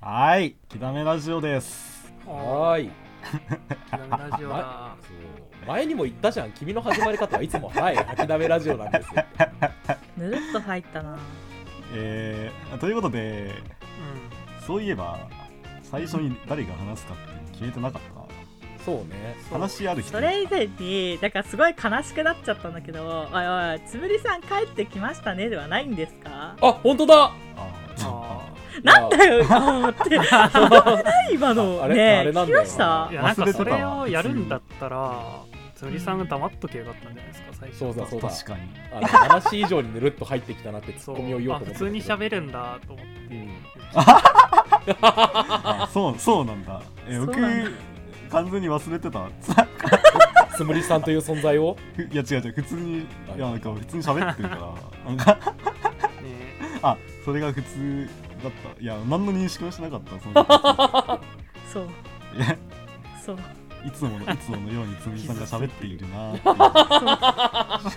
はい、きだめラジオです。はーいダメラジオだ。そう前にも言ったじゃん君の始まり方はいつも「はい吐きだめラジオ」なんですよぬるっと入ったなえー、ということで、うそういえば、最初に誰が話すかって決めてなかったな。そうねそう話しある人。それ以前にだからすごい悲しくなっちゃったんだけどおいおいつぶりさん帰ってきましたねではないんで すかあ本当だあん。ああなんだよあーって危ない今ああのれねあれえなんだ聞きよましたーいや、なん忘かれてたそわれをやるんだったら、つむりさんが黙っとけばよかったんじゃないですか、最初。そうだそうだ確かに。あの話以上にぬるっと入ってきたなってツそッうコミを言おうあと思普って通に喋る、るんだと思って。うん あ、そう、そうなんだ。え、僕そうなんだ、完全に忘れてた。 つむりさんという存在をふいや、違う違う、普通に、いはいや、なんか普通に喋ってる から。なんか、ねあ、それが普通だった。いや、何の認識もしなかった、その 時そういやそういつもの、いつものようにつむぎさんが喋っているなっていう。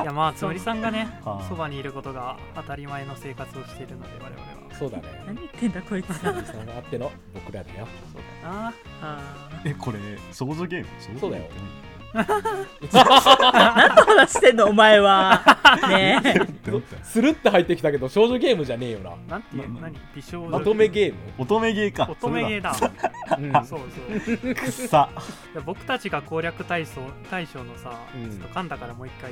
いや、まあ、つむりさんがねは、いそばにいることが当たり前の生活をしているので、我々は。そうだね何言ってんだこいつつむりさんがあっての僕らだよそうだな。あーえ、これ、少女ゲーム少女ゲームって何何の話してんのお前はねえって思ったよスルって入ってきたけど少女ゲームじゃねえよななんていう、な何美少女。まとめゲーム乙女ゲーか乙女ゲーだ。うん そうそう。それだくっ さいや僕たちが攻略大賞大賞のさ、うんちょっと噛んだからもう一回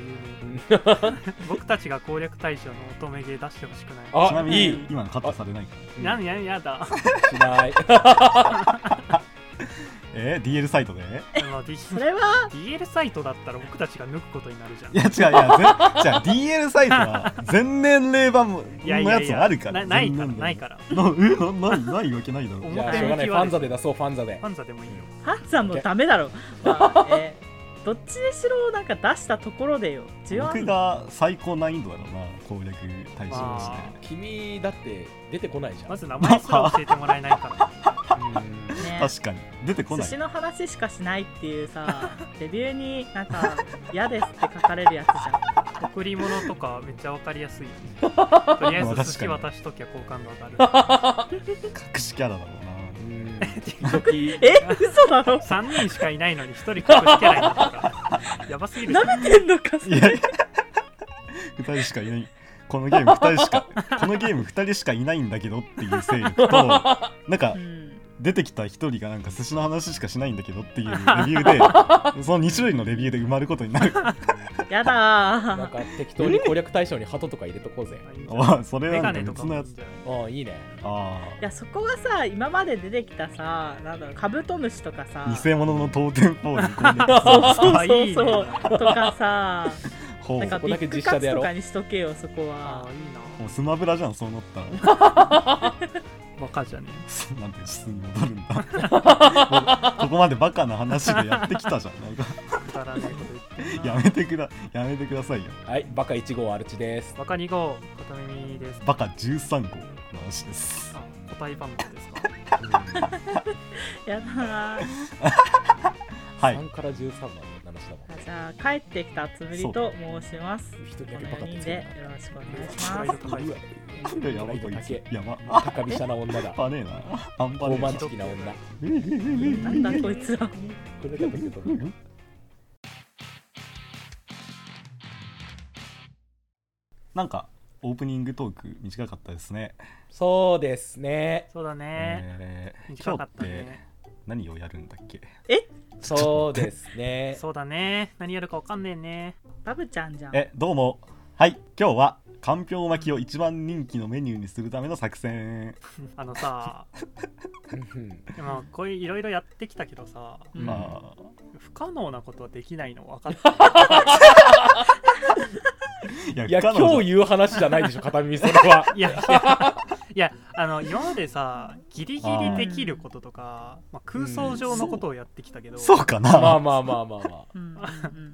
言うね。 僕たちが攻略大賞の乙女ゲー出してほしくない。ちなあみいにい今のカットされないからなんや やだ。しないえー、DL サイトでいあの D- それは DL サイトだったら僕たちが抜くことになるじゃん。や違ういやぜじゃあ DL サイトは全年齢版もいのやつあるから なないか全年ら、齢ないから。なえなないないわけないだろじゃあ表し向ょう がないきフはァンザで出そうファンザでパンザでもいいよ。ハンさんのダメ だろ、まあね、どっちにしろなんか出したところでよ需要あ僕るが最高難易度だろうな攻略対象としま君だって出てこないじゃんまず名前すら教えてもらえないから。うんてね確かに出てこ寿ない司の話しかしないっていうさレビューになんか「嫌です」って書かれるやつじゃ 贈り物とかめっちゃわかりや すい。とりあえず寿司渡しときゃ好感度上がる。隠しキャラだろううなん 時々んえ嘘だろ3人しかいないのに1人隠しキャラになったから。やばすぎる じゃん。舐めてんの かそいやれ2人しかいないこのゲーム2人し かこのゲーム2人しかいないんだけどっていう勢力となんかうん出てきた一人がなんか寿司の話しかしないんだけどっていうレビュー でその2種類のレビューで埋まることになる やだなんーか適当に攻略対象に鳩とか入れとこうぜ。あそれメはガなんネかとか別ものやついいんじゃないうん、いいね。あいやそこはさ今まで出てきたさなんだろうカブトムシとかさあ偽物のトーテンポール攻略そうそうあいそういそうねとかさ ほうなんかもこビだけッグ実カ写でツやろとうかにしとけよそこあはあ、いいうスマブラじゃんそうなった らな。バカじゃねそうなんて普通に戻るんだもう ここまでバカな話でやってきたじゃんなんかくだらないこと言ってんな やめてくだやめてくださいよはい、バカ1号アルチです。バカ2号、片耳です。バカ13号の話ですあ、個体番号ですか。やだなーはい3から13番の話だもん。あじゃあ帰ってきたつむりと申します一人こだのけバカ4ってつ人でけよろしくお願いしプラまイすド高いぞ。いややばいこいつやば高飛車な女だ。バねえなあんば傲ね慢的な 女。なんだこいつらこれだけだけどえななんかオープニングトーク短かったですね。そうですね。 そうだね。えー短今か日っったてね。何をやるんだっけそうですね。そうだね。何やるかわかんねえね。バブちゃんじゃんえどうもはい今日はかんぴょう巻きを一番人気のメニューにするための作戦。あのさ、うんまあこういういろいろやってきたけどさ、うんまあ不可能なことはできないの分か っていやいや、彼女今日言う話じゃないでしょ、片耳それは。 る。いや、いや、いやあの、今までさ、ギリギリできることとか、まあ、空想上のことをやってきたけど、そうかな。まあまあまあまあまあ。うんうんうん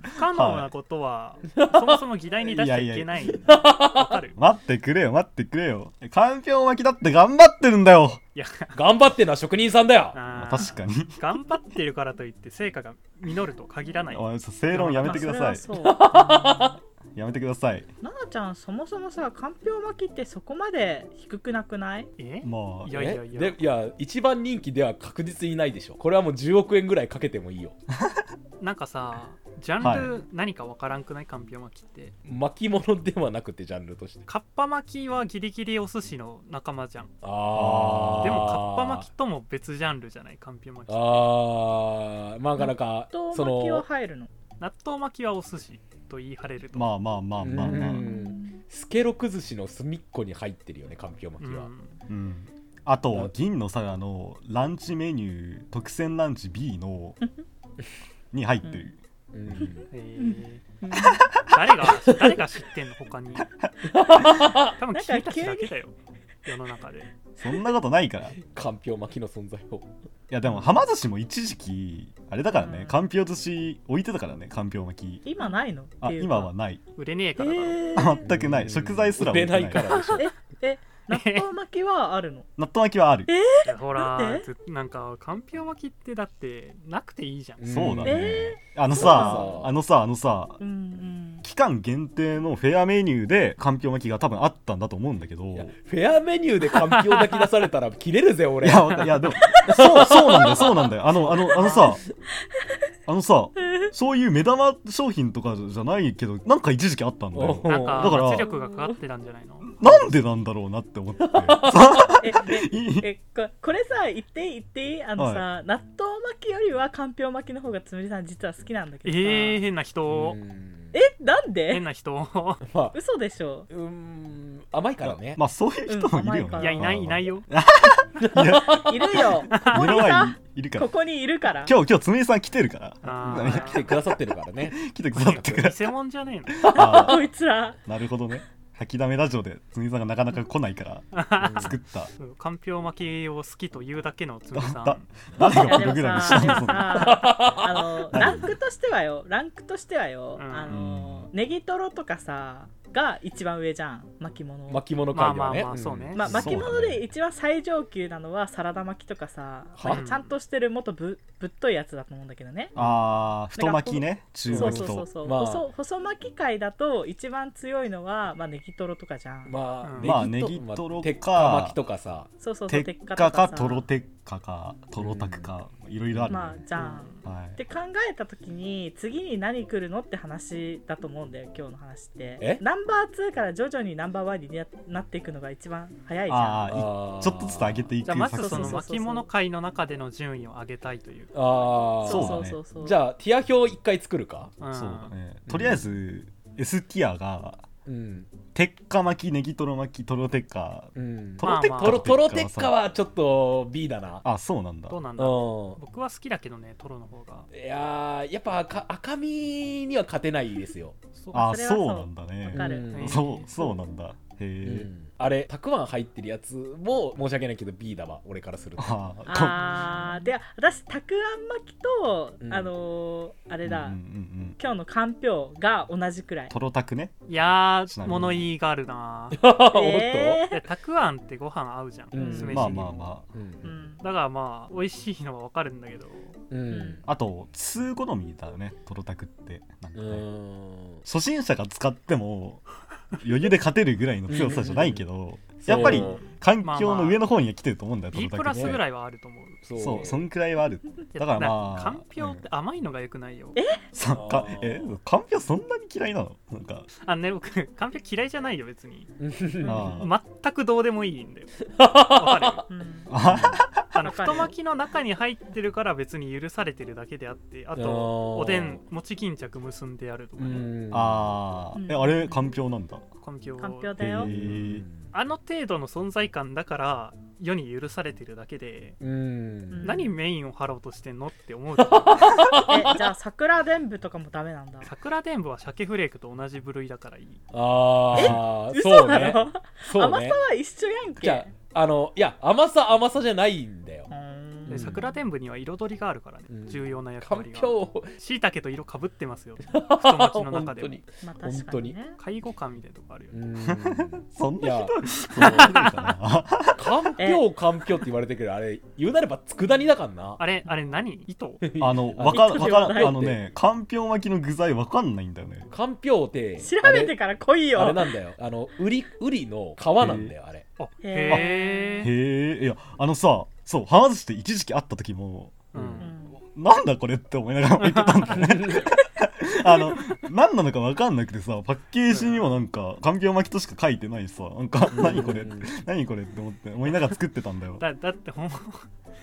不可能なことは、そもそも議題に出しちゃいけない。わか る待ってくれよ待ってくれよ。えかんぴょう巻きだって頑張ってるんだよ。いや、頑張ってんのは職人さんだよ。あまあ確ーかに。頑張ってるからといって成果が実るとは限らな い。おいそう正論やめてくだまさ あい。それはそうやめてくださいななちゃんそもそもさかんぴょう巻きってそこまで低くなくないえまあいやいやいやでいや一番人気では確実にないでしょこれはもう10億円ぐらいかけてもいいよなんかさジャンル何かわからんくないかんぴょう巻きって巻物ではなくてジャンルとしてかっぱ巻きはギリギリお寿司の仲間じゃんあーでもかっぱ巻きとも別ジャンルじゃないかんぴょう巻きあーまあなかなか豆そ巻きはの入るの納豆巻きはお寿司と言い張れるとまあまあまあまあまあ、ううんんスケロク寿司の隅っこに入ってるよねかんぴょう巻うきは、んあと銀の皿のランチメニュー特選ランチ B のに入ってる、うんえー誰が誰が知ってんの他に多分君たちだけだよ世の中でそんなことないからいかんぴょう巻きの存在をやでもはま寿司も一時期あれだからね、うんかんぴょう寿司置いてたからねかんぴょう巻き今な いのっあていう今はない売れねええからだろ、 ー全くない食材すら売れな置いいてからでしょえ納豆巻きはある の納豆巻きはある、いやほならんでずなんかかんぴょう巻きってだってなくていいじゃ ん、そうだね、えあのそうさそうあのさあのさうんうん期間限定のフェアメニューでかんぴょう巻きが多分あったんだと思うんだけどいやフェアメニューでかんぴょう巻き出されたら切れるぜい俺や、わかいやでも、そう、そうなんだよ、そうなんだよ。あの、あの、あのさ、あのさ、そういう目玉商品とかじゃないけど、なんか一時期あったんだよお。なんかだから圧力がかかってたんじゃないのなんでなんだろうなって思って。えいいええここれさ言っていい言っていいあのさ、納豆巻きよりはかんぴょう巻きの方がつむりさん実は好きなんだけえどさー、変な人うんえなんで変な人まあ嘘で しょうーん甘いからね、まあ、そういう人もいるようん甘いかね。らいやいないいないよ。よいや、いるよここ目の前にに さいるからこ。こにいるから今日、今日、つむぎさん来てるから。あ 来てくださってるか らね来てくださってくれ。偽物じゃねあこいつらーなるほどね。吐きだめラジオでつむぎさんがなかなか来ないから、作った。えのかんぴょう巻きを好きというだけのつぶさだん誰がプでロもグラムしさたでものそのさあのランクとしてはよランクとしてはよ、うんあのネギトロとかさが一番上じゃん巻物巻物まあ界でまはあねまあそうね、まあ、そうだ巻ね物で一番最上級なのはサラダ巻きとかさ、はなんかちゃんとしてるもっとぶぶっといやつだと思うんだけどねあー、太巻きね、中そう巻きそうそうと。そう、まあ細細巻き界だと一番強いのは、まあ、ネギトロとかじゃん、まうんあ、まあネギまあトロか鉄火巻きとかさそうそうそう鉄火かさトロ鉄火かトロタクかいろいろあるね、まあじゃん、はいって考えた時に次に何来るのって話だと思うんだよ今日の話ってえナンバー2から徐々にナンバー1にななっていくのが一番早いじゃんあーいあーちょっとずつ上げていくじゃあまず作そ戦のそうそうそう巻物界の中での順位を上げたいという、ああそうそうだねそうそうじゃあティア表一回作るかうんそうだねとりあえず S ティアがうん鉄火巻きネギトロ巻きトロ鉄火うんトまあロ鉄火トロトロ鉄火火はちょっと B だなあそうなんだどうなんだ、う僕は好きだけどねトロの方がんいやーやっぱ赤赤身には勝てないですよ、そうあそれはそそううなんだわねかる、うんるそうそうなんだへうえ、んあれたくあん入ってるやつも申し訳ないけど B だわ俺からする とあーこあーで私たくあん巻きと、うんあのーあれうだ、んうんうん今日のかんぴょうが同じくらいトロタクねいやちなーみに物言いがあるな おっえでたくあんってご飯合うじゃん、うん酢飯にもまあまあまあとうーうんんだからまあ美味しいのはわかるんだけどううんんあと通好みだよねトロタクってなんかうね、ん初心者が使っても余裕で勝てるぐらいの強さじゃないけどやっぱりそう環境の上の方には来てると思うんだよ、 B トプロタラクスぐらいはあると思うそうそう そんくらいはあるいやだからまあかんぴょうって甘いのが良くないよ、そっかあーえかんぴょうそんなに嫌いなのなんかあのね僕かんぴょう嫌いじゃないよ別にうんあー全くどうでもいいんだ よわかうんあるあのわかる太巻きの中に入ってるから別に許されてるだけであってああーとおでん餅巾着結んでやるとかうねんあーえあれかんぴょうなんだかんぴょうかんぴょうだへようーんあの程度の存在感だから世に許されてるだけでうん何メインを張ろうとしてんのって思うけ どえじゃあ桜でんぶとかもダメなんだ桜でんぶは鮭フレークと同じ部類だからいいああそ嘘うなねの、そう甘ね さは一緒やんけじゃああのいや甘さ甘さじゃないんだようーんで桜天部には彩りがあるからね、うん重要な役かん割ぴがょうしいたけと色かぶって ますよ太巻きの中本で当もにまあ確かにね介護官みたいなとこあるよね、そんいなやひどいそんなひどいかなかんぴょうかんぴょうって言われてるけどあれ言うなれば佃煮だからなあれあれ何糸あのわか糸わでかはらないんあのねかんぴょう巻きの具材わかんないんだよねかんぴょうって調べてから来いあれあれよなんだよあのウリウリの皮なんだよあれあへへえ、へえいやあのさそう浜松市って一時期あった時もう、うんんなんだこれって思いながら見てたんだよねあの何なのかわかんなくてさパッケージにもなんかかんぴょう巻きとしか書いてないしさなんか何これうん何これって思って思いながら作ってたんだよだだってほん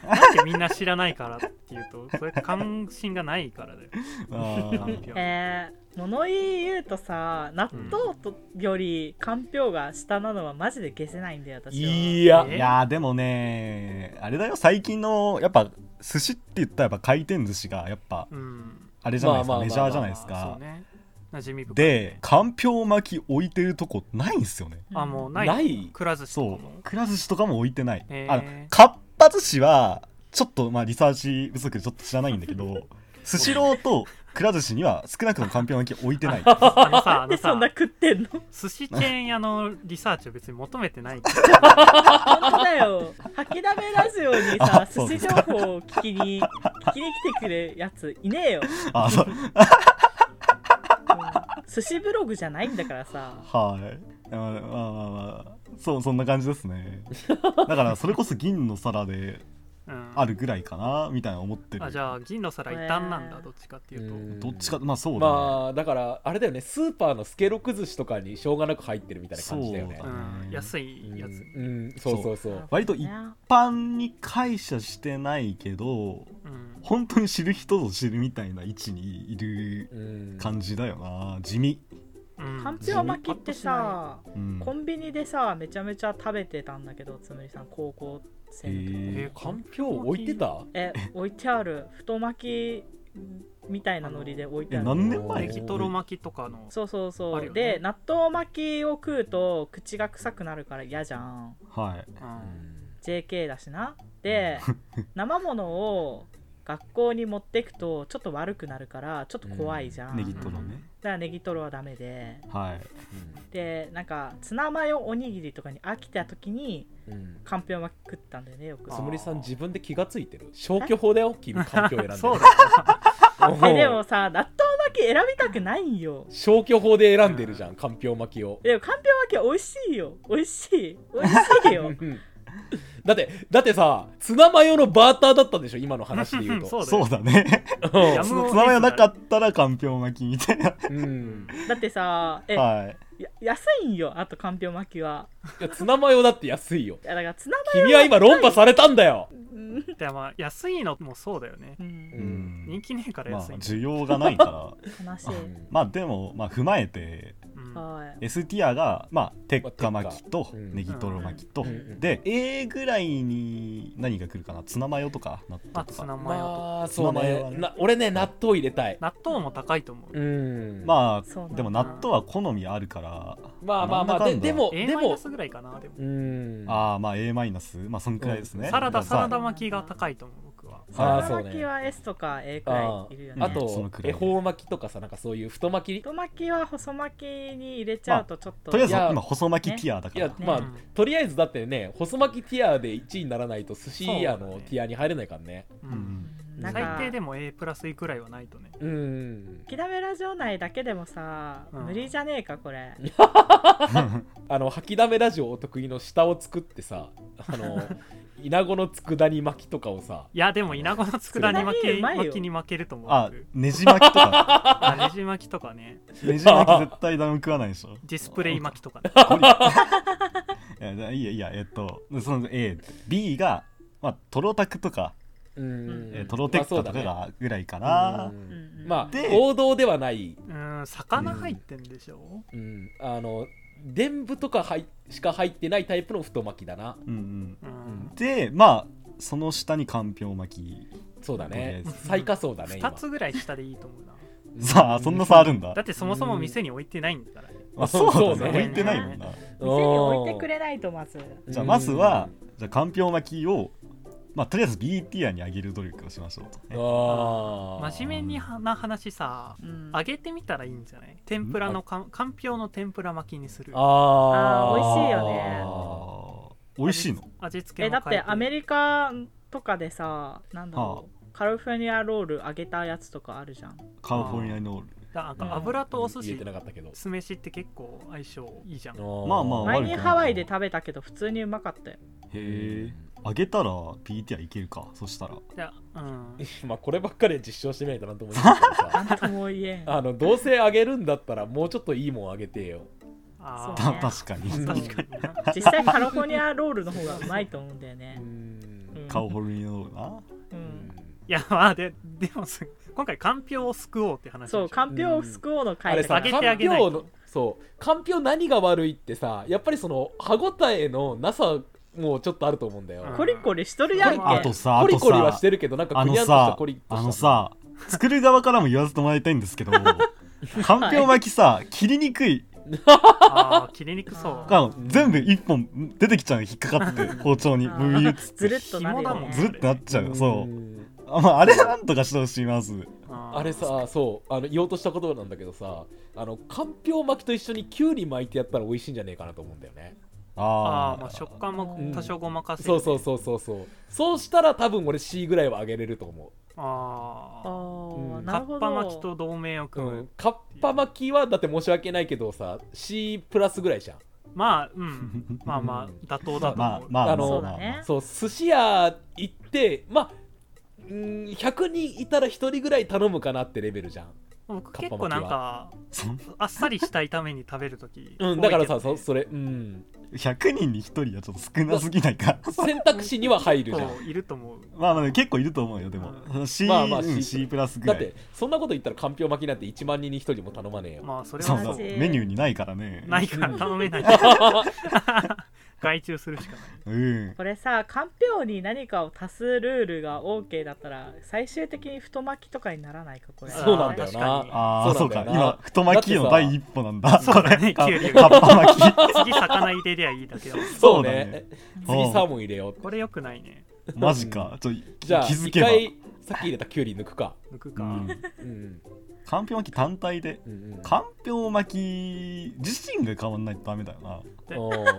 なんでみんな知らないからっていうとそれ関心がないからだよあかんーぴょうえー、物言い言うとさ納豆とよりかんぴょうが下なのはマジで消せないんだよ私はいやえいやーでもねあれだよ最近のやっぱ寿司って言ったらやっぱ回転寿司がやっぱうんあれじゃないですまかあまあメジャーじゃないですまあそかうね馴染み深いでねかんぴょう巻き置いてるとこないんすよねあもうないないくら寿司とそかもうくら寿司とかも置いてないへーあのかっぱ寿司はちょっとまあリサーチ不足でちょっと知らないんだけ どスシローとくら寿司には少なくともかんぴょう巻き置いて ないあのさあでのそさんな食ってんの寿司チェーン屋のリサーチを別に求めてない本当だよ吐きだめラジオにさあ寿そうで司す情か報を聞きに聞きに来てくれるやついねえよ、あそううん寿司ブログじゃないんだからさはいまあまあまあまあそうそんな感じです ねだからそれこそ銀の皿でうんあるぐらいかなみたいな思ってるあじゃあ銀の皿異端なんだどっちかっていうと、うんどっちかまあそうだ、ねまあだからあれだよねスーパーのスケロク寿司とかにしょうがなく入ってるみたいな感じだよねそうだん、安いやつ、うん、うんそうそうそう割と一なるほ般に解釈してないけどうん本当に知る人ぞ知るみたいな位置にいるうん感じだよな地味うんかんぴょう巻きってさうんコンビニでさめちゃめちゃ食べてたんだけどつむりさん高校生の時、ええかんぴょう置いてたえ置いてある太巻きみたいなノリで置いてえある何年は前いネギトロ巻きとかのそうそうそあう、るよねで納豆巻きを食うと口が臭くなるから嫌じゃんはいうん、 JK だしなで生ものを学校に持ってくとちょっと悪くなるからちょっと怖いじゃん、ネギだかトロねらネギトロはダメではいでなんかツナマヨおにぎりとかに飽きた時にうんうんかんぴょう巻き食ったんだよねよくあつむりさん自分で気がついてる消去法だよ君かんぴょう選ん で るそう だおうえでもさ納豆巻き選びたくないんよ消去法で選んでるじゃんかんぴょう巻きをでもかんぴょう巻き美味しいよ美味しい美味しい よだってだってさツナマヨのバーターだったんでしょ今の話で言うとそうだそうだねうんやむそのつを得ずまみがなかったらかんぴょう巻きみたいなうんだってさえ、はいや安いんよあとかんぴょう巻きはいやツナマヨだって安いよいやだからツナ君は今論破されたんだようんでまあ安いのもそうだよねうんん人気ねえからまあ安いんだよ、需要がないから 悲しいまあでもまあ踏まえてうんはい S ティアがまあ鉄火巻きとうんネギトロ巻きとうんうんで A ぐらいに何が来るかなツナマヨとか納まあ豆とツかナマヨと、まあそツうナマヨはねねな俺ね納豆入れたい納豆も高いと思う、うんまあまそうなんあだでも納豆は好みあるからまあまあまなあんだかでんだでも A でマイナもスぐらいかなでもうんああまあ A マイナスまあそんくらいですねサラまダあさサラダ巻きが高いと思う僕ははいあーツそうナね巻きは S とか A くらあいいるようねんああとそのとくら恵い方巻きとかさなんかそういう太巻き太巻きは細巻きに入れちゃうとちょっと、とりあえずいや今細巻きティアだいかやらまあうんとりあえずだってね細巻きティアで1位にならないと寿司屋そうだのねティアに入れないからねううんんうんなんか最低でも A プラスいくらいはないとねうんきだめラジオ内だけでもさ、うん無理じゃねえかこれあの吐きだめラジオお得意の下を作ってさあの稲子の佃煮巻きとかをさいやでも稲子の佃煮巻佃煮うきまいよ巻きに負けると思うあ僕ねじ巻きとかあねじ巻きとかねねじ巻き絶対誰も食わないでしょディスプレイ巻きと かねいやいやいやえっとその A って B がまあトロタクとか、うんえートロテッカとかまあそうだねがぐらいかあな、うんうんまあで王道ではない、うん魚入ってんでしょうん、あの伝部とか入しか入ってないタイプの太巻きだなうんうんうん、でまあその下にかんぴょう巻きそうだねとりあえず最下層だね2つぐらい下でいいと思うな今さあそんな 差あるんだだってそもそも店に置いてないんだからねまあそうそだねうね置いてないもんな店店に置いてくれないとまずじゃあまずはじゃあかんぴょう巻きを、まあとりあえず B ティアに上げる努力をしましょうと、ね、ああ真面目にはな話さうん、揚げてみたらいいんじゃない天ぷらのかんかんぴょうの天ぷら巻きにするあああー美味しいよねあー美味しいの味付けえもだってアメリリカとかでさなんだろう、カリフォルニアロール揚げたやつとかあるじゃんカリフォルニアノールカなんか油とお寿入れ司てなかったけど酢飯って結構相性いいじゃんまあまあ前悪くにないハワイで食べたけど普通にうまかったよへえ揚げたら B ティアいけるかそしたらじゃあうん まあこればっかりは実証してみないとなと思いますけどさなんとも言えんあのどうせあげるんだったらもうちょっといいもんあげてよあそうたね確かにうん確かにな実際カリフォルニアロールの方がうまいと思うんだよう ね、んカリフォルニアノールなうんいやまあででもす今回かんぴょうを救おうって話でしょそうかんぴょうを救おうのあ会れださかあらげてかんぴないょうとのそうかんぴょう何が悪いってさやっぱりその歯ごたえのなさもちょっとあると思うんだよ、うんコリコリしとるやんけあとさあコリとコリはさしてるけどなんかあクのニャンとしたさコリッとしたあのさ作る側からも言わせてもらいたいんですけどかんぴょう巻きさ切りにくいあー切りにくそうああの全部一本出てきちゃうの引っかかってて包丁にあブービューつってずるっとなる紐だよもんずねるってなっちゃうよそうんあ,、まあ、あれなんとかしてほしいまずあれさそうあの言おうとしたことなんだけどさあのかんぴょう巻きと一緒にきゅうり巻いてやったら美味しいんじゃねえかなと思うんだよねああーーまあ食感うんも多少ごまかせるそうそうそうそうそうそうしたら多分俺 C ぐらいはあげれると思あああーうんなかるっほどぱ巻きと同盟をう、う組む、ん、かっぱ巻きはだって申し訳ないけどさ C プラスぐらいじゃんまあうん まあまあ妥当だと思まあう、まあまああのそうだねそう寿司屋行ってまあうん100人いたら1人ぐらい頼むかなってレベルじゃん、僕かっぱ巻きは結構なんかそんあっさりしたいために食べるとき、うん、だからさそそれ、うん、 100人に1人はちょっと少なすぎないか選択肢には入るじ ゃんこういると思うまあまあ結構いると思うよでも C,、まあまあうん C C プラスぐだらっいてそんなこと言ったらかんぴょう巻きなんて1万人に1人も頼まねえよ、まあそれそうはそうそうマジメニューにないからねないから頼め ない外注するしかないうんこれさかんぴょうに何かを足すルールが OK だったら最終的に太巻きとかにならないかこれそうなんだよなあー確かにああそそううなかんだよな今太巻きの第一歩なんだそうだねこキュれウ リかかっぱ巻き次魚入れりゃいいだけだもんそうそうだねね次サーモン入れようこれよくないねマジかちょ気じゃあづ一けば回さっき入れたきゅうり抜くか抜くうか、んうんかんぴょう巻き単体でうんうんかんぴょう巻き自身が変わんないとダメだよなおーうん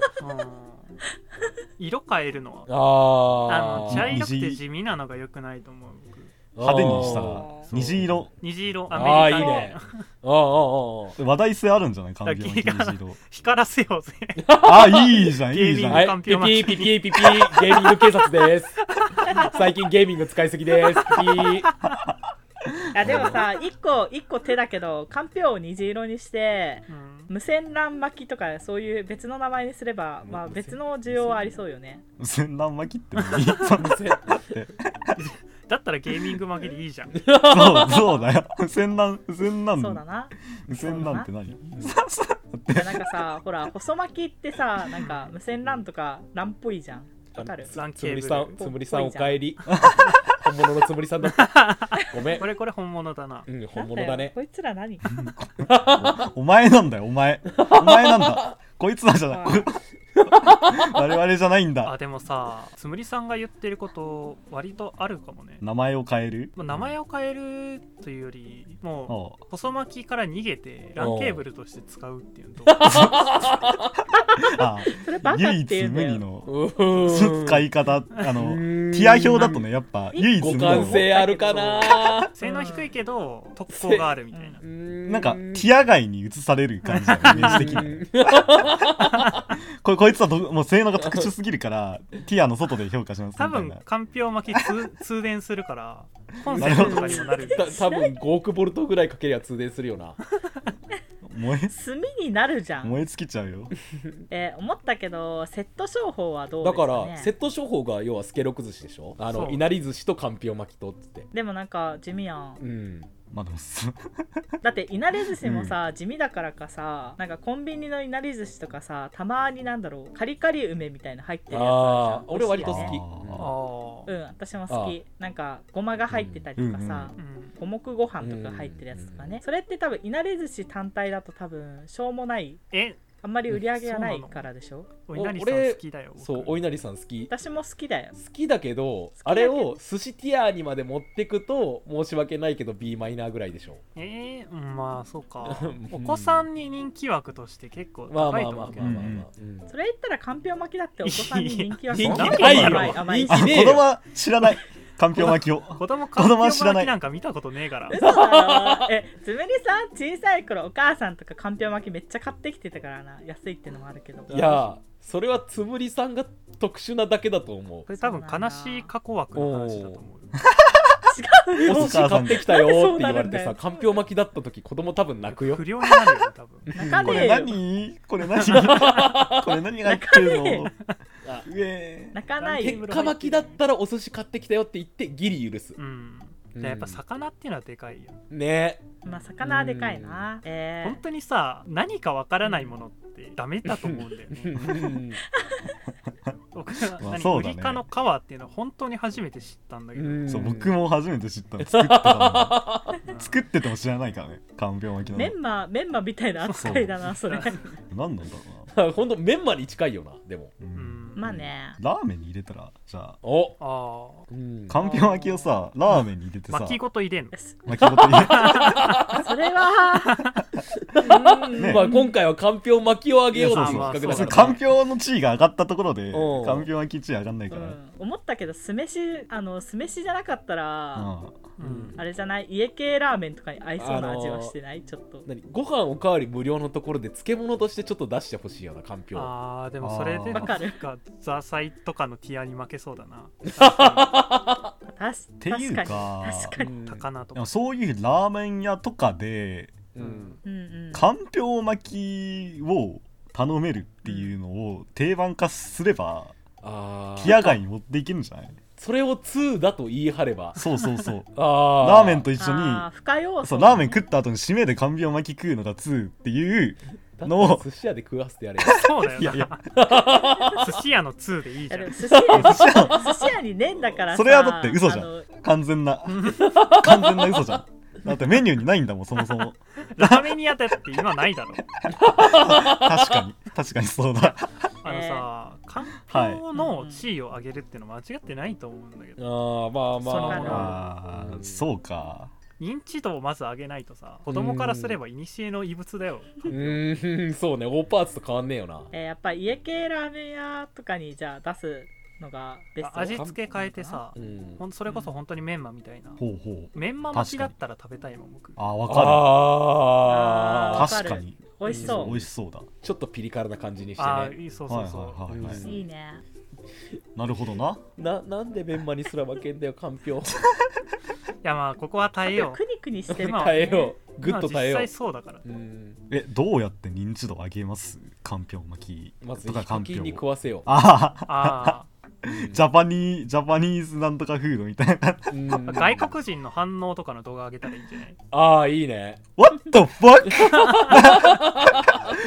色変えるのはああのー茶色くて地味なのがよくないと思う僕派手にしたあらー虹色虹色アあメーリいいカのねあーあーあー話題性あるんじゃないかんぴょう巻きだから虹色 光らせようぜあいいじゃんいいじゲーミンゃグんはえい、かんぴピょう巻きピピピピピゲーミング警察です。最近ゲーミング使いすぎです。ピピいやでもさ一個一個手だけどかんぴょうを虹色にしてうん無線 LAN 巻きとかそういう別の名前にすれば、まあ、無別の需要はありそうよね千段巻きって何 そだったらゲーミング負けでいいじゃん。うそうだよ千段千段そうだな千段って何いやなんか さほら細巻きってさなんか無線 LAN とか LAN っぽいじゃんわかるランつケむりーさブん、ル。つむりさんお帰り。本物のつむりさんだった。ごめんこ。れこれ本物だなう。ん、本物だなんよね。こいつら何お前なんだよお前お前なんだこいつらじゃない我々じゃないんだあ、でもさ、つむりさんが言ってること、割とあるかもね。名前を変えるまあ名前を変えるというより、もおうう、細巻きから逃げて、ランケーブルとして使うっていうのと、あそれバカ唯ってい一うんだ無二よのうーん使い方あうのーんティア表だとねやっぱ唯一互無換二の性あるかな。性能低いけど、特攻があるみたいなう。ーなんかティア外に移される感じだよねイメージ的にうんここいつはどもう性能が特殊すぎるからティアの外で評価しますみた多いな分、かんぴょう巻き 通通電するから、コンセントとかにもなる。た多分5億ボルトぐらいかけりゃ通電するよな。燃え炭になるじゃん、燃え尽きちゃうよえー思ったけどセット商法はどうでだすか、かね、ら、セット処方が要はスケロク寿司でしょあその、ういなり寿司とかんぴょう巻きとっつって。でもなんか地味やんうん。まあでもすだっていなり寿司もさ、地味だからかさなんかコンビニのいなり寿司とかさたまになんだろうカリカリ梅みたいな入ってるやつあああるー、俺じゃん割と美味し好いよき。ねあーうん ああう。ん私も好きなんかごまが入ってたりとかさ、うん。五目ご飯とか入ってるやつとかね、それって多分いなり寿司単体だと多分しょうもないえ、あんまり売り上げがないからでしょお稲荷さん好きだよ僕そうお稲荷さん好き私も好きだよ好きだけどだけどあれを寿司ティアーにまで持ってくと申し訳ないけど B マイナーぐらいでしょえー、うんまあそうか うんお子さんに人気枠として結構まあま高いあとま思あまあうけまどあまあまあ、うんそれ言ったらかんぴょう巻きだってお子さんに人気は人気甘いないよ甘い人気甘いねえ子供は知らないかんぴょう巻きを子供か子供はん知ぴらょうない巻きなんか見たことねえから嘘だろえつむりさん小さい頃お母さんとかかんぴょう巻きめっちゃ買ってきてたからな安いってのもあるけどいやーそれはつむりさんが特殊なだけだと思これ多分悲しい過去枠の話だと思うう違うおよ寿司買ってきたよって言われなんでそうなるんだてさよかんぴょう巻きだった時子供多分泣くよ不良になるよ多分泣かこねえれよ何これ何これ何が入ってるのあうえ泣かない結よ果巻きだったらお寿司買ってきたよって言ってギリ許すうんうんでやっぱ魚っていうのはでかいよ、ねまあ魚はでかいなえ本当にさ何かわからないものってダメだと思うんだようねん 僕はまあ何そうウだねリ科の皮っていうのは本当に初めて知ったんだけど、うんそう僕も初めて知ったの作ってたうんの作ってても知らないからねかんぴょう巻きなメのンマメンマみたいな扱いだなそれ何なんだろうな ほんとメンマに近いよなでもううんん まあねラーメンに入れたらじゃあおあうんかんぴょう巻きをさラーメンに入れてあさ巻きごと入れんの そ巻きごと入れ てそ れはうんねまあ今回はかんぴょう巻きをあげようという企画だそうかそらうかんぴょうの地位が上がったところでうんかんぴょう巻き地位上がんないかうら、ん思ったけど酢飯あの酢飯じゃなかったら、うんううんんあれじゃない家系ラーメンとかに合いそうな味はしてない、ちょっと何ご飯おかわり無料のところで漬物としてちょっと出してほしいよなかんぴょうあーでもそれでわかなるんかザサイとかのティアに負けそうだなたしっていうか確うかに確かに、ん高菜でとかもそういうラーメン屋とかでうんうんうん、かんぴょう巻きを頼めるっていうのを定番化すればあティアあガイに持っていけるんじゃないそれを2だと言い張ればそうそうそうあラーメンとい一緒にあー不可要素そうラーメン食った後に締めでかんぴょう巻き食うのが2っていうの寿司屋で食わせてやれよそうだよいやいな 寿司屋の2でいいいじゃやんでも寿司 屋寿司屋にねえんだからさそれはだって嘘じゃんあの完全な完全な嘘じゃんだってメニューにないんだもんそもそも ラーメン屋だって今ないだろ確かに確かにそうだあのさ環境の地位を上げるってのは間違ってないと思うんだけどああまあまそのああーそうか認知度をまず上げないとさ子供からすれば古の異物だようーんそうね大パーツと変わんねえよなえーやっぱ家系ラーメン屋とかにじゃあ出すのがベスト味付け変えてさうんほんそれこそ本当にメンマみたいなほうほうメンマ巻きだったら食べたいもん僕あーわかるあわあかる確かに美味しそ美味しそうだちょっとピリ辛な感じにしてああねーいいそうはいそうそはいはいはういいいねなるほどなななんでメンマにすら負けんだよかんぴょうういやまあここは耐えよくにくにしてるから、耐ね、えよううグッと耐えよまあ実際そうだからううんえどうやって認知度上げますかんぴょう巻まきずとかヒかカんキぴンょにう食わせよあああうんジャパニージャパニーズなんとかフードみたいなうんあ外国人の反応とかの動画上げたらいいんじゃないああいいね What the fuck?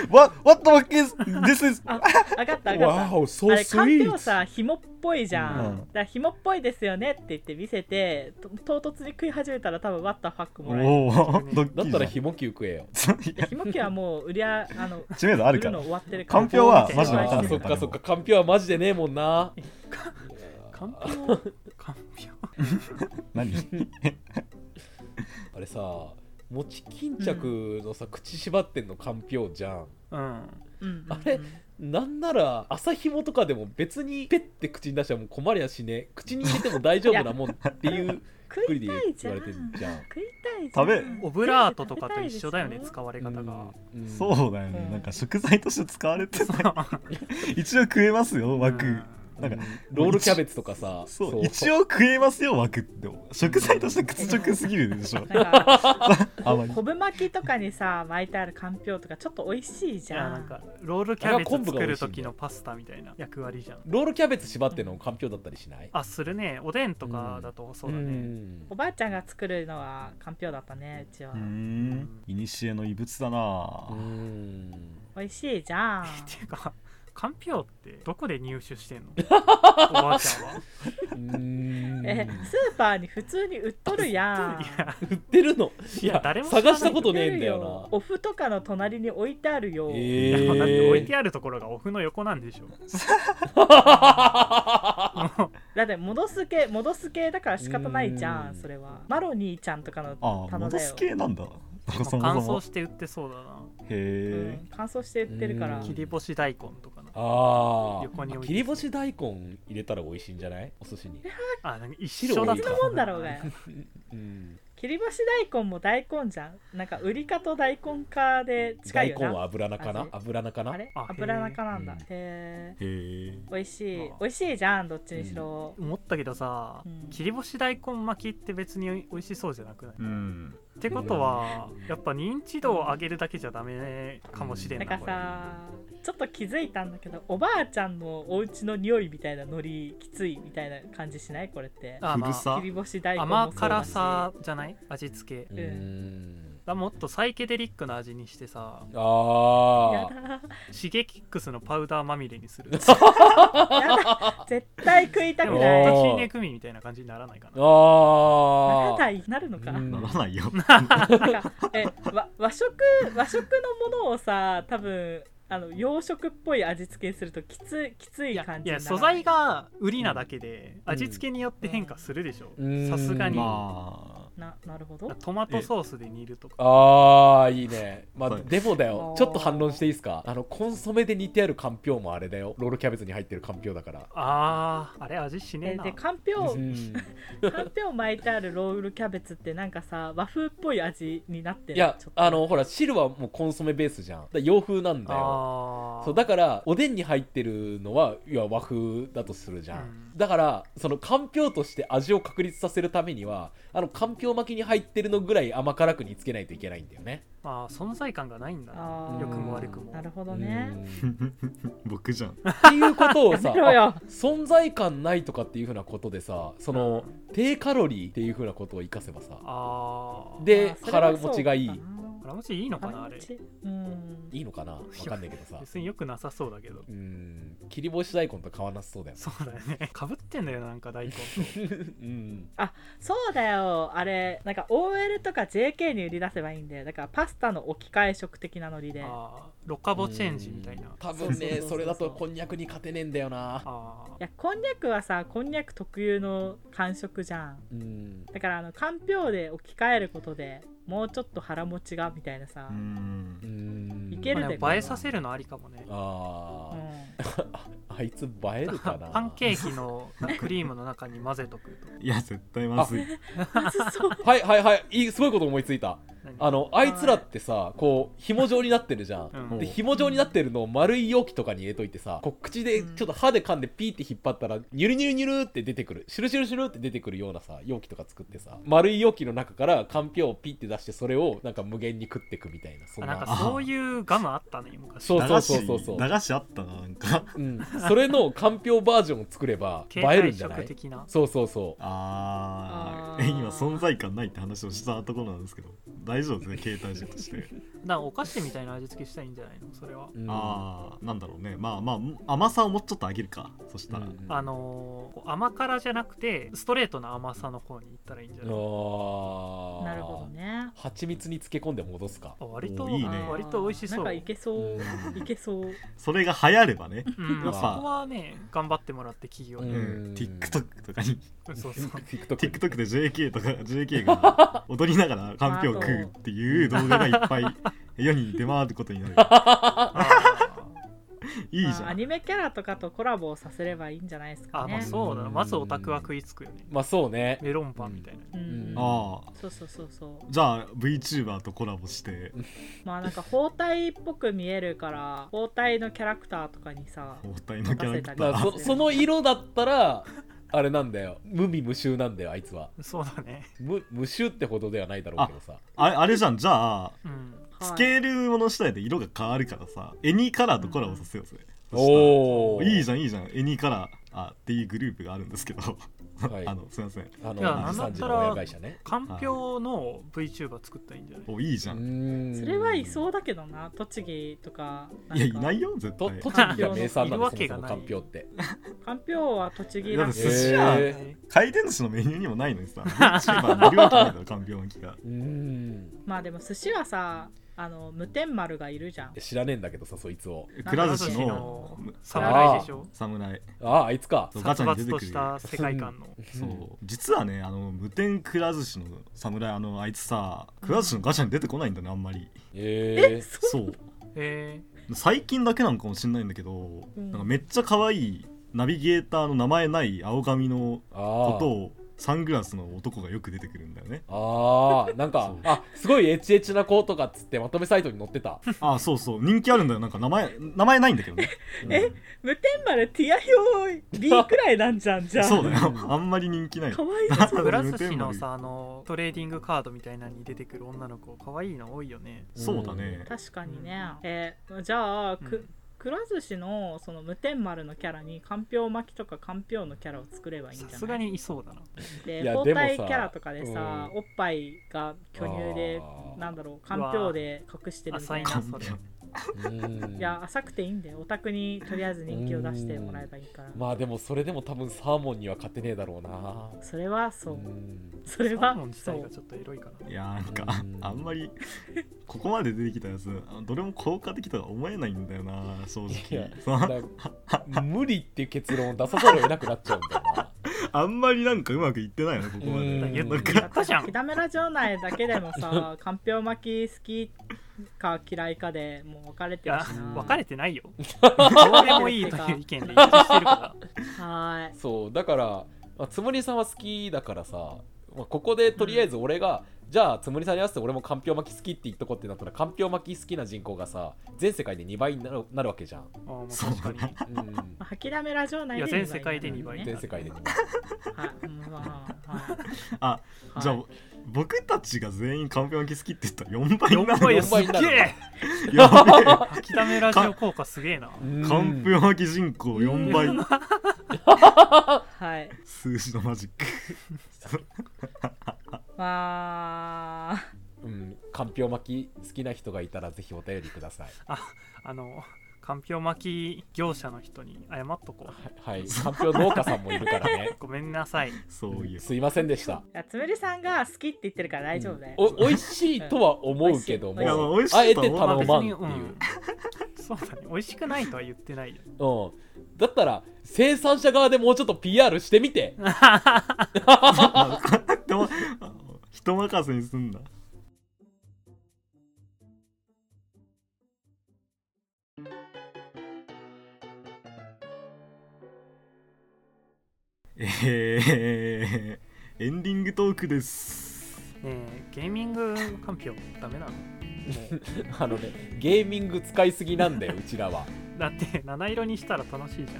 what, what the fuck is this is あ上がった上がったわおそあうれスかんイぴょうーさ紐っぽいじゃん、うんだから紐っぽいですよねって言って見せてと唐突に食い始めたら多分ワッターファックおもらえるおドッツだっキたらリひもきゅう食えよじゃんいや紐木はもう売りゃあの 知名度あ売るるかのら終わってるかんぴょうはマジでわかあんなーいそっかそっかかんぴょうはマジでねえもんなかんぴょうかんぴょう何あれさ餅巾着のさ口縛ってんのかんぴょうじゃんうんうんうんうんあれなんなら朝ひもとかでも別にペッて口に出したらもう困りゃしね口に入れても大丈夫なもんっていうく食りいでたいじ言ゃわんれてん食じゃんいたいじゃ食んべオブラートとかと一緒だよね使われ方 が、う んそうだよねなんか食材として使われてない一応食えますよ枠なんかロールキャベツとかさそうそう一応食えますよ枠って食材として屈辱すぎるでしょなんかあまり昆布巻きとかにさ巻いてあるかんぴょうとかちょっと美味しいいじやゃんなんかロールキャベツ作る時のパスタみたいな役割じゃんロールキャベツ縛ってんのもかんぴょうだったりしないあするねおでんとかだとそうだね、んおばあちゃんが作るのはかんぴょうだったねうちは、うーんいにしえの異物だなうん美味しい じゃんっていうかかんぴょうってどこで入手してんのおばあちゃんはうーんうんえスーパーに普通に売っとる やんいや売ってるのいやいや誰も知らない探したことねえんだよオフとかの隣に置いてあるよ、ないやえだって置いーてあるところがオフの横なんでしょだって戻す系戻す系だから仕方ないじゃうんんそれはマロニーちゃんとかのああ棚戻だすよ、系なんだなんかそ乾もそ燥もして売ってそうだなうへん、乾燥して売ってるからうん切り干し大根とかなあー横に置いて切り干し大根入れたら美味しいんじゃないお寿司に、あなんか一緒だっ白た多いどんだろうがようん、切り干し大根も大根じゃんなんか売りかと大根かで近い大よ根なは油菜かな味油菜かなあれあ油中なんだへへええへえ美味しいあ美味しいじゃんどっちにしろ、思ったけどさ、うん切り干し大根巻きって別に美味しそうじゃなくない、うんってことはやっぱ認知度を上げるだけじゃダメかもしれんなないんかさちょっと気づいたんだけどおばあちゃんのお家の匂いみたいなのりきついみたいな感じしないこれってあま古あさ切り干し大根も甘そうだ辛しさじゃない味付けうーんだもっとサイケデリックな味にしてさあやだシゲキックスのパウダーまみれにする やだ絶対食いたでくもないお なー私ね組みたいな感じにならないかーなあらーないなるのか、うんならないよなんかえわ和食和食のものをさ多分あの洋食っぽい味付けにするときついきついいや感いじになやる素材が売りなだけで、うん味付けによって変化するでしょうんさすがに、まななるほどトマトソースで煮るとかあーいいねまあはいでもだよあーちょっと反論していいですかあのコンソメで煮てあるかんぴょうもあれだよロールキャベツに入ってるかんぴょうだからあーあれ味しねええなでかんぴょううんかんぴょう巻いてあるロールキャベツってなんかさ和風っぽい味になっていやちょっとあのほら汁はもうコンソメベースじゃんだから洋風なんだよあーそうだからおでんに入ってるのはいや和風だとするじゃうん、んだからそのかんぴょうとして味を確立させるためにはあのかんぴょう巻きに入ってるのぐらい甘辛く煮つけないといけないんだよねまあ存在感がないんだなあー良くも悪くもなるほどねうんっ 僕じゃんていうことを さやめろよ存在感ないとかっていうふうなことでさその低カロリーっていうふうなことを生かせばさあーであそれ腹はそう持ちがいかない腹持ちいいのかなあ腹れ持ちうんいいのかなわかんないけどさ別に良くなさそうだけどうん切り干し大根と変わらなさそうだよねそうだよね かぶってんだよなんか大根と うんそうだよあれなんか OL とか JK に売り出せばいいんだよだからパスタの置き換え食的なノリであーロカボチェンジみたいな多分そうそうそうねそうそれだとこんにゃくに勝てねえんだよなあいやこんにゃくはさこんにゃく特有の感触じゃんうんだからあのかんぴょうで置き換えることでもうちょっと腹持ちがみたいなさ、うんうんいー、けまるあででも映えさせるのありかもねあうんーああいつ映えるか なパンケーキのクリームの中に混ぜとくといや絶対まずいまずそうはいはいはいいいすごいこと思いついた何あのあいつらってさこう紐状になってるじゃんうんで紐状になってるのを丸い容器とかに入れといてさこう口でちょっと歯で噛んでピーって引っ張ったらニュルニュルニュルって出てくるシュルシュルシュルって出てくるようなさ容器とか作ってさ丸い容器の中からかんぴょうをピーって出してそれをなんか無限に食ってくみたいなそんあななんかそういうガムあったね昔そう駄そう菓そう子そうそう駄菓子あったななんかうん、それのかんぴょうバージョンを作 れば映携えるん帯じゃな食い的なそうそうそああーーえ今存在感ないって話をしたところなんですけど大丈夫ですね携帯人として、なんかお菓子みたいな味付けしたらいいんじゃないのそれはう、うん、ああなんだろうねまあまあ甘さをもうちょっと上げるかそしたら、うんあのーこう甘辛じゃなくてストレートな甘さの方に行ったらいいんじゃあないーなるほどね蜂蜜に漬け込んで戻すかあ割とおーいいねあー割と美味しそなんうかいけそううんいけ そうそれが流行ればね、うん、やそっぱこはね頑張ってもらって企業ううに、ん、TikTok とかにそうそう TikTok TikTok で JK とか JK が踊りながらかんぴょうを食うっていう動画がいっぱい世に出回ることになるあいいじまあゃアんニメキャラとかとコラボをさせればいいんじゃないですーあーかまあねそうだなまずオタクは食いつくよねまあそうねメロンパンみたいな、ううんんああそうそうそうそうじゃあ VTuber とコラボしてまあなんか包帯っぽく見えるから包帯のキャラクターとかにさ包帯のキャラクタだからー そその色だったらあれなんだよ無味無臭なんだよあいつはそうだね無無臭ってほどではないだろうけどさあれあれじゃんじゃあうんスはいケールもの次第で色が変わるからさエニーカラーとコラボさせようそれそしたらおおいいゃじゃんいいじゃんエニーカラーあっていうグループがあるんですけどはいあのすいませんあいやの、おじさんじの親会社ね。。かんぴょうの VTuber 作ったらいいんじゃないおいいじゃんそれはいそううだけどな栃木とかなんかいやいないよ絶と対栃木が名産なんですよ、そもそもかんぴょう って。かんぴょうは栃木だいやけ寿司屋えね回転寿司のメニューにもないのにさ YouTuber 無料機だからかんぴょう巻きがうーん。まあでも寿司はさあの無天丸がいるじゃん知らねえんだけどさ、そいつを。くら寿司の侍でしょ侍ああ、あいつか。そうガチ殺ャに出て伐とくるした世界観 のそう実はねあの無天くら寿司の侍あのあいつさくら寿司のガチャに出てこないんだねあんまりええ。そうえ最近だけなのかもしれないんだけど、うんなんかめっちゃ可愛いナビゲーターの名前ない青髪のこあとをサングラスの男がよく出てくるんだよねあ。ああ、なんかそう、あすごいエッチエッチな子とかっつってまとめサイトに載ってた。あそうそう人気あるんだよなんか名前名前ないんだけどね、え無天丸ティア表 B くらいなんじゃんじうゃん あそうだよあんまり人気ないかわいいなえんくだらろう寿司の無天丸さあのトレーディングカードみたいなのに出てくる女の子可愛いの多いよねそうだね確かにね、えーじゃあく、うんくら寿司のその無天丸のキャラにかんぴょう巻きとかかんぴょうのキャラを作ればいいんじゃさないすがにいそうだないでや包でもさ帯キャラとかでさ、うんおっぱいが巨乳であーなんだろうかんぴょうで隠してるみたい浅かないんぴょううんいや浅くていいんだよオタクにとりあえず人気を出してもらえばいいから、まあでもそれでも多分サーモンには勝てねえだろうな。それはそう、んそれサーはモン自そ体がうちょっとエロいかないやーなんかうんあんまりここまで出てきたやつどれも効果的とは思えないんだよな正いや直ださから無理っていう結論を出さざるを得なくなっちゃうんだよな。あんまりなんかうまくいってないよねここま うんで言なんっかたじゃんひだめラ城内だけでも さかんぴょう巻き好きか嫌いかでもう分かれいてるやしな別れてないよどうでもいいという意見で一致して るからはーいそうだから、まあ、つむりさんは好きだからさ、まあ、ここでとりあえず俺が、じゃあつむりさんに合わせて俺もかんぴょう巻き好きって言っとこうってなったらかんぴょう巻き好きな人口がさ全世界で2倍になるなるわけじゃん、あーもうそう確かにうんまあ、吐きだめラ城内でいや全世界で二倍ね全世界で2倍はい、うんまあはいあはいじゃあ僕たちが全員カンペ巻き好きって言ったら4倍にな4倍るでですすっげえやべえ 秋田めラジオ効果すげえなカンプ巻き人口4倍はい、数字のマジック まあうんかんぴょう巻き好きな人がいたらぜひお便りくださいあのかんぴょう巻き業者の人に謝っとこうはいかんぴょう農家さんもいるからねごめんなさいそういうすいませんでしたいやつむりさんが好きって言ってるから大丈夫だよ、お美味しいとは思うけどいやも、美味しいあえてまあ頼まんっていう、そうだね美味しくないとは言っ てないようん、だったら生産者側でもうちょっと PR してみて でもあ 人任せにすんだえー、エンディングトークですねえゲーミングかんぴょうダメなのあのね、ゲーミング使いすぎなんだよ、うちらは。だって七色にしたら楽しいじゃ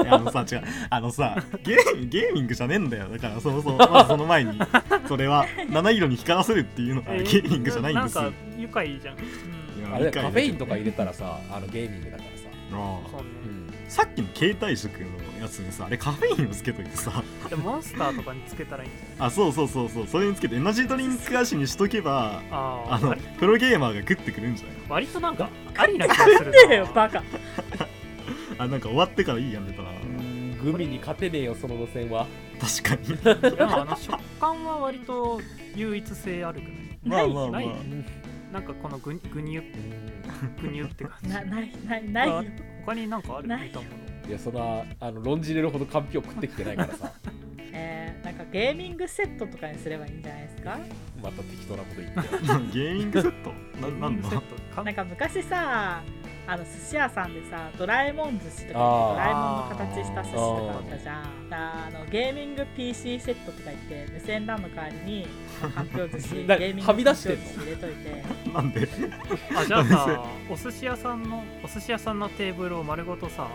ん いやあのさ違うあのさゲーゲーミングじゃねえんだよだからそもそもまずその前にそれは七色に光らせるっていうのはゲえーミングじゃないんですなよんか愉快じゃんいやあれだ理解できるよカフェインとか入れたらさ、あのゲーミングだからさ。あそうねあ、うん、さっきの携帯食のやつにさあれカフェインをつけといてさでモンスターとかにつけたらいいんじゃないあそうそうそうそうそれにつけてエナジードリンク足にしとけばあーあの割プロゲーマーが食ってくるんじゃない割となんかありな気がす るなん でよバカあなんか終わってからいいやんでたらグミに勝てねえよ、その路線は。確かにいやあの食感は割と唯一性あるくないまあまあまあないなんかこのグニグニュグニュって感じなないないないよ他になんかあるない似たものいや、そんな、あの論じれるほどかんぴょう食ってきてないからさ、えー、なんかゲーミングセットとかにすればいいんじゃないですかまた適当なこと言って。ゲーミングセットななんセッ だトかなんか昔さあの寿司屋さんでさドラえもん寿司とかあードラえもんの形した寿司とかあったじゃんだあのゲーミング PC セットとか言って無線 LAN の代わりにかんぴょう寿司ゲ なーミングはみ出してんのかんぴょう寿司入れとい てなんであじゃあさお寿司屋さんのお寿司屋さんのテーブルを丸ごとさ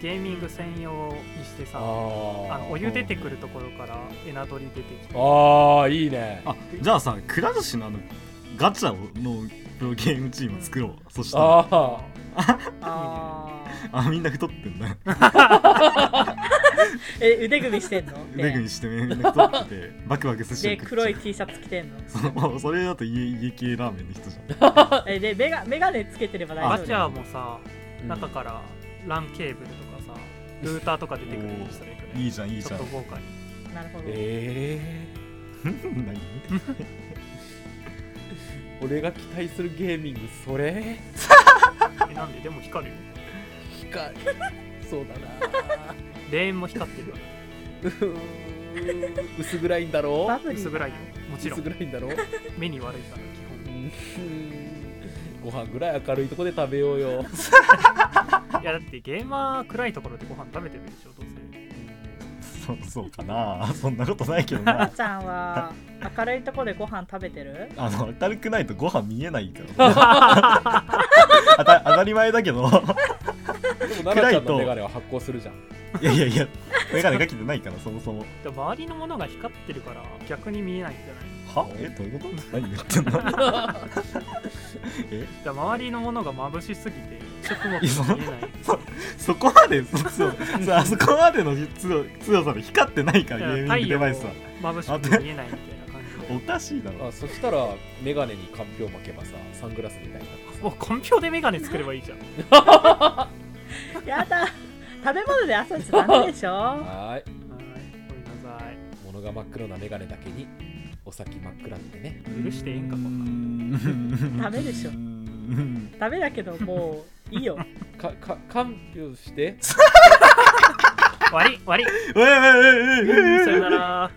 ゲーミング専用にしてさああのお湯出てくるところからエナドリ出てきてああ、いいね。あじゃあさくら寿司のあのガチャのプロゲームチーム作ろうそしたらあああーあみんな太ってんだえ腕組みして んの腕組みしてねなんか取っててバクバク寿司をで食っ黒いち T シャツ 着てんのゃうそれだと家家系ラーメンの人じゃんえでメガメガネつけてれば大ガ丈夫チャもさ中からランケーブルとかさルーターとか出てくるようにしたらいいよねいいじゃんいいちじょゃっんと豪華になるほど、え何ー、俺が期待するゲーミングそれえなんででも光るよ光 そうだなレーンも光ってるようーん薄暗いんだろバブリ薄ー暗いよもちろ薄ん暗いんだろう目に悪いから基ーんご飯ぐらい明るいとこで食べようよ本いやだってゲーマー暗いところでご飯食べてるでしょどう そうそうかなそんなことないけどあ なーちゃんは明るいとこでご飯食べてるあの明るくないとご飯見えないからね当た当たり前だけどでも奈々ちゃんのメガネは発光するじゃんいやいやいや眼鏡かけてないからそもそもせでも周りのものが光ってるから逆に見えないんじゃないはえどういうこと何言ってんのえだから周りのものが眩しすぎて食物が見えないそこまでそそうそうあそこまでの強強さで光ってないかだらかゲーらミ太ングデ陽バイスは眩しくて見えないみたいな感じでおかしいだろあそしたらメガネにかんぴょう負けばさサングラスみたいになってさもうコンピョでメガネ作ればい いじゃんやだ食べ物で遊んじゃダメでしょはーいはいごめんなさい物が真っ黒なメガネだけにお先真っ暗ってね許してええんかこんなダメでしょうんダメだけどもういいよかかかんぴょうして悪い悪い おいおいおいおいおいおいおいさよなら